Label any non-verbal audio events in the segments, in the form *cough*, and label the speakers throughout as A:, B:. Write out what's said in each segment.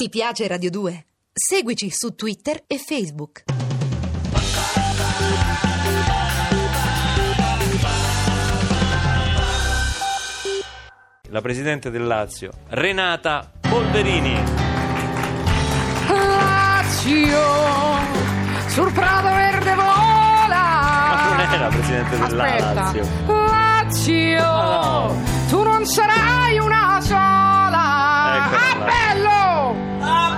A: Ti piace Radio 2? Seguici su Twitter e Facebook.
B: La presidente del Lazio, Renata Polverini.
C: Lazio, sul Prado Verde vola.
B: Ma non è la presidente del
C: Aspetta. Oh!
B: Lazio.
C: Lazio,
B: No.
C: tu non sarai una sola.
B: Eccola
C: ah,
B: là.
C: bello! Ah,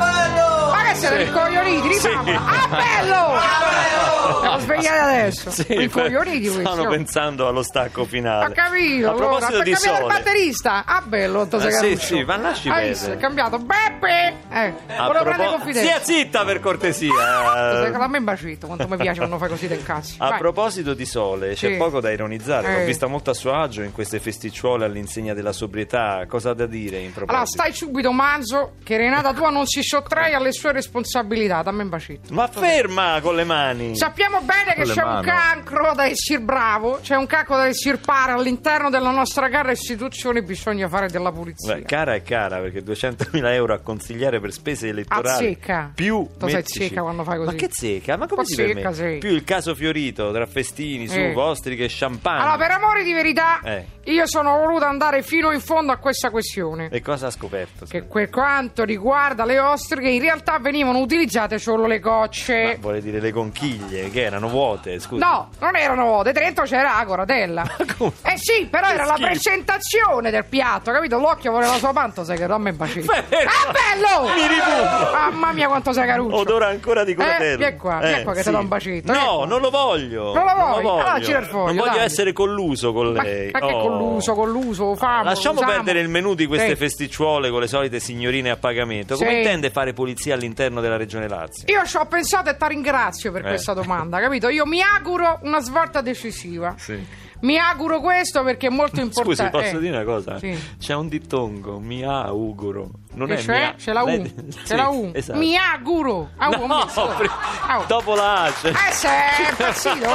C: Ma che siete
B: Sì.
C: ricoglioniti? Rifamolo.
B: Sì.
C: Ah, bello! Devo svegliare adesso.
B: Sì,
C: ricoglioniti
B: beh,
C: questi.
B: stanno
C: oh.
B: pensando allo stacco
C: Ha
B: finale.
C: capito,
B: A proposito
C: allora,
B: di
C: sta cambiando il
B: sole.
C: batterista. Ah, bello, Otto
B: Ah, sì,
C: Segaruccio.
B: sì, ma lasci
C: Hai
B: perdere.
C: visto, è cambiato. Beppe! Eh,
B: A
C: volevo
B: propos-
C: prendere confidenza. Ah,
B: Stia zitta per cortesia.
C: Secondo me è bacito, quanto mi piace quando fai così del cazzo.
B: Eh, A
C: Vai.
B: proposito di sole, c'è
C: Sì.
B: poco da ironizzare. L'ho
C: Eh.
B: vista molto a suo agio in queste festicciuole all'insegna della sobrietà. Cosa da dire in proposito?
C: Allora, stai subito manzo che Renata tua non si sottrae alle sue responsabilità, dammi un bacetto.
B: Ma ferma con le mani!
C: Sappiamo bene che
D: Con le
C: c'è un
D: mano.
C: cancro da essere bravo, c'è un cancro da essere pari all'interno della nostra cara istituzione, bisogna fare della pulizia.
B: Beh, cara è cara perché 200.000 euro a consigliare per spese elettorali
C: Azzecca.
B: più
C: Ah, Tu sei
B: mettici-
C: zecca quando fai così.
B: ma che zecca ma come
C: Un po'
B: si
C: zecca
B: permette
C: sei.
B: più il caso fiorito tra festini su
C: Eh.
B: ostriche e champagne
C: Allora, per amore di verità,
B: Eh.
C: io sono voluta andare fino in fondo a questa questione.
B: e cosa ha scoperto
C: Che per quanto riguarda le ostriche, in realtà venivano utilizzate solo le cocce.
B: Ma vuole dire le conchiglie che erano vuote scusa
C: No, non erano vuote, dentro c'era la
B: *laughs*
C: coratella.
B: come?
C: Eh sì, però
B: Che
C: era la
B: schifo.
C: presentazione del piatto, capito? L'occhio voleva sua panto, sai che non mi baci.
B: Fermo.
C: Ah, bello!
B: ecco. Mi rifuggo.
C: Mamma mia, quanto sei caruccio.
B: odora ancora di
C: Eh,
B: curatello
C: vieni qua, vieni qua che te Eh. do un bacino, vieni
B: no
C: qua.
B: non lo voglio
C: Non lo vuoi?
B: voglio.
C: Allora gira il foglio,
B: non voglio
C: dai.
B: essere colluso con
C: Ma,
B: lei
C: ma che
B: Oh.
C: colluso, colluso, famo.
B: Lasciamo
C: usiamo.
B: perdere il menù di queste
C: Sì.
B: festicciuole con le solite signorine a pagamento. Come
C: Sì.
B: intende fare polizia all'interno della regione Lazio?
C: Io ci ho pensato e ti ringrazio per
B: Eh.
C: questa domanda, capito? Io mi auguro una svolta decisiva.
B: Sì.
C: Mi auguro questo perché è molto importante.
B: Scusi, posso
C: Eh.
B: dire una cosa?
C: Sì.
B: C'è un dittongo, mi auguro. Non
C: E
B: è
C: cioè,
B: mia-
C: c'è la U,
B: lei-
C: c'è
B: *laughs* Sì,
C: la U.
B: esatto.
C: Mi auguro. Au, ho
B: No,
C: messo.
B: pre-
C: Au.
B: dopo la A c'è-
C: Eh, se è impazzito,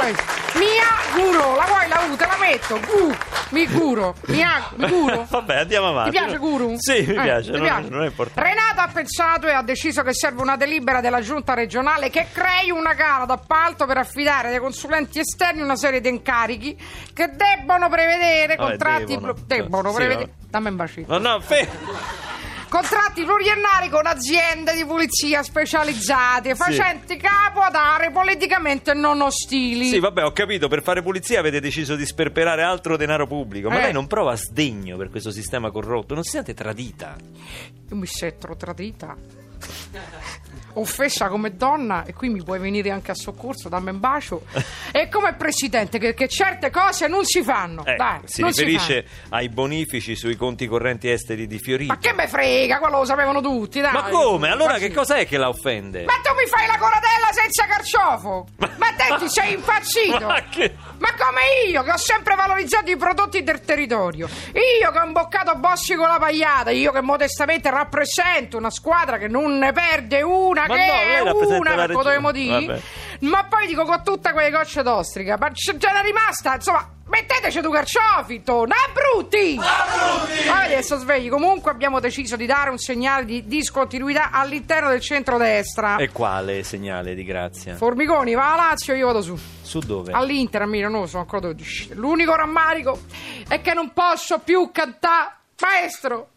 B: *laughs*
C: eh. Mi auguro, la vuoi la U, te la metto. Gu, mi curo, mi auguro. Mi
B: *laughs*
C: curo.
B: Vabbè, andiamo
C: Ti
B: avanti.
C: piace Guru?
B: Sì, mi
C: Eh,
B: piace,
C: ti
B: non,
C: piace?
B: non è importante.
C: Renato ha pensato e ha deciso che serve una delibera della giunta regionale che crei una gara d'appalto per affidare ai consulenti esterni una serie di incarichi che debbono prevedere
B: Vabbè,
C: contratti.
B: devono.
C: plu- debbono
B: Sì,
C: prevedere.
B: vabbè.
C: Dammi un bacino.
B: No, no, fe-
C: Contratti pluriennali con aziende di pulizia specializzate facenti capo ad aree politicamente non ostili.
B: Sì, vabbè, ho capito, per fare pulizia avete deciso di sperperare altro denaro pubblico, ma
C: Eh.
B: lei non prova sdegno per questo sistema corrotto, non si sente tradita.
C: Io mi sento tradita. *laughs* Offesa come donna, e qui mi puoi venire anche a soccorso, dammi
B: *laughs*
C: un bacio. E come presidente, che, che certe cose non si fanno.
B: Ecco,
C: Dai,
B: si
C: non
B: riferisce ai bonifici sui conti correnti esteri di Fiorito.
C: fanno. Ma che me frega, quello lo sapevano tutti. Dai.
B: Ma come? Allora
C: Ma sì.
B: che cos'è che la offende?
C: Ma tu mi fai la coratella senza carciofo! Ma te ti sei impazzito!
B: *laughs* Ma che-
C: Ma come io che ho sempre valorizzato i prodotti del territorio! Io che ho imboccato Bossi con la pagliata, io che modestamente rappresento una squadra che non ne perde una,
B: Ma
C: che
B: no, lei
C: è
B: rappresenta
C: una,
B: la
C: perché lo dovevo
B: regione.
C: dire.
B: Vabbè.
C: Ma poi dico con tutte quelle gocce d'ostrica, ma c'è già rimasta, insomma, metteteci tu carciofi, Tona, brutti! Poi adesso svegli. Comunque abbiamo deciso di dare un segnale di discontinuità all'interno del centrodestra.
B: E quale segnale di grazia?
C: Formigoni va a Lazio, io vado su.
B: Su dove?
C: All'Inter, a Milano, sono ancora 12. L'unico rammarico è che non posso più cantare. Maestro!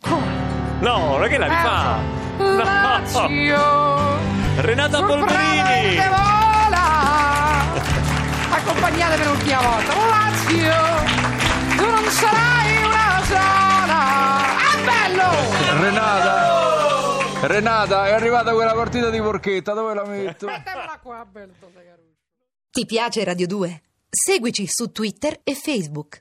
B: No, ma che la
C: Eh.
B: rifà? Eh, No!
C: Lazio!
B: Renata
C: sul
B: Polverini!
C: Prado vola! Accompagnate per l'ultima volta. Lazio! Tu non sarai una sola! Ah, bello!
D: Renata, Renata, è arrivata quella partita di porchetta, dove la metto?
C: Mettemela qua, bello, Caruso.
A: Ti piace Radio 2? Seguici su Twitter e Facebook.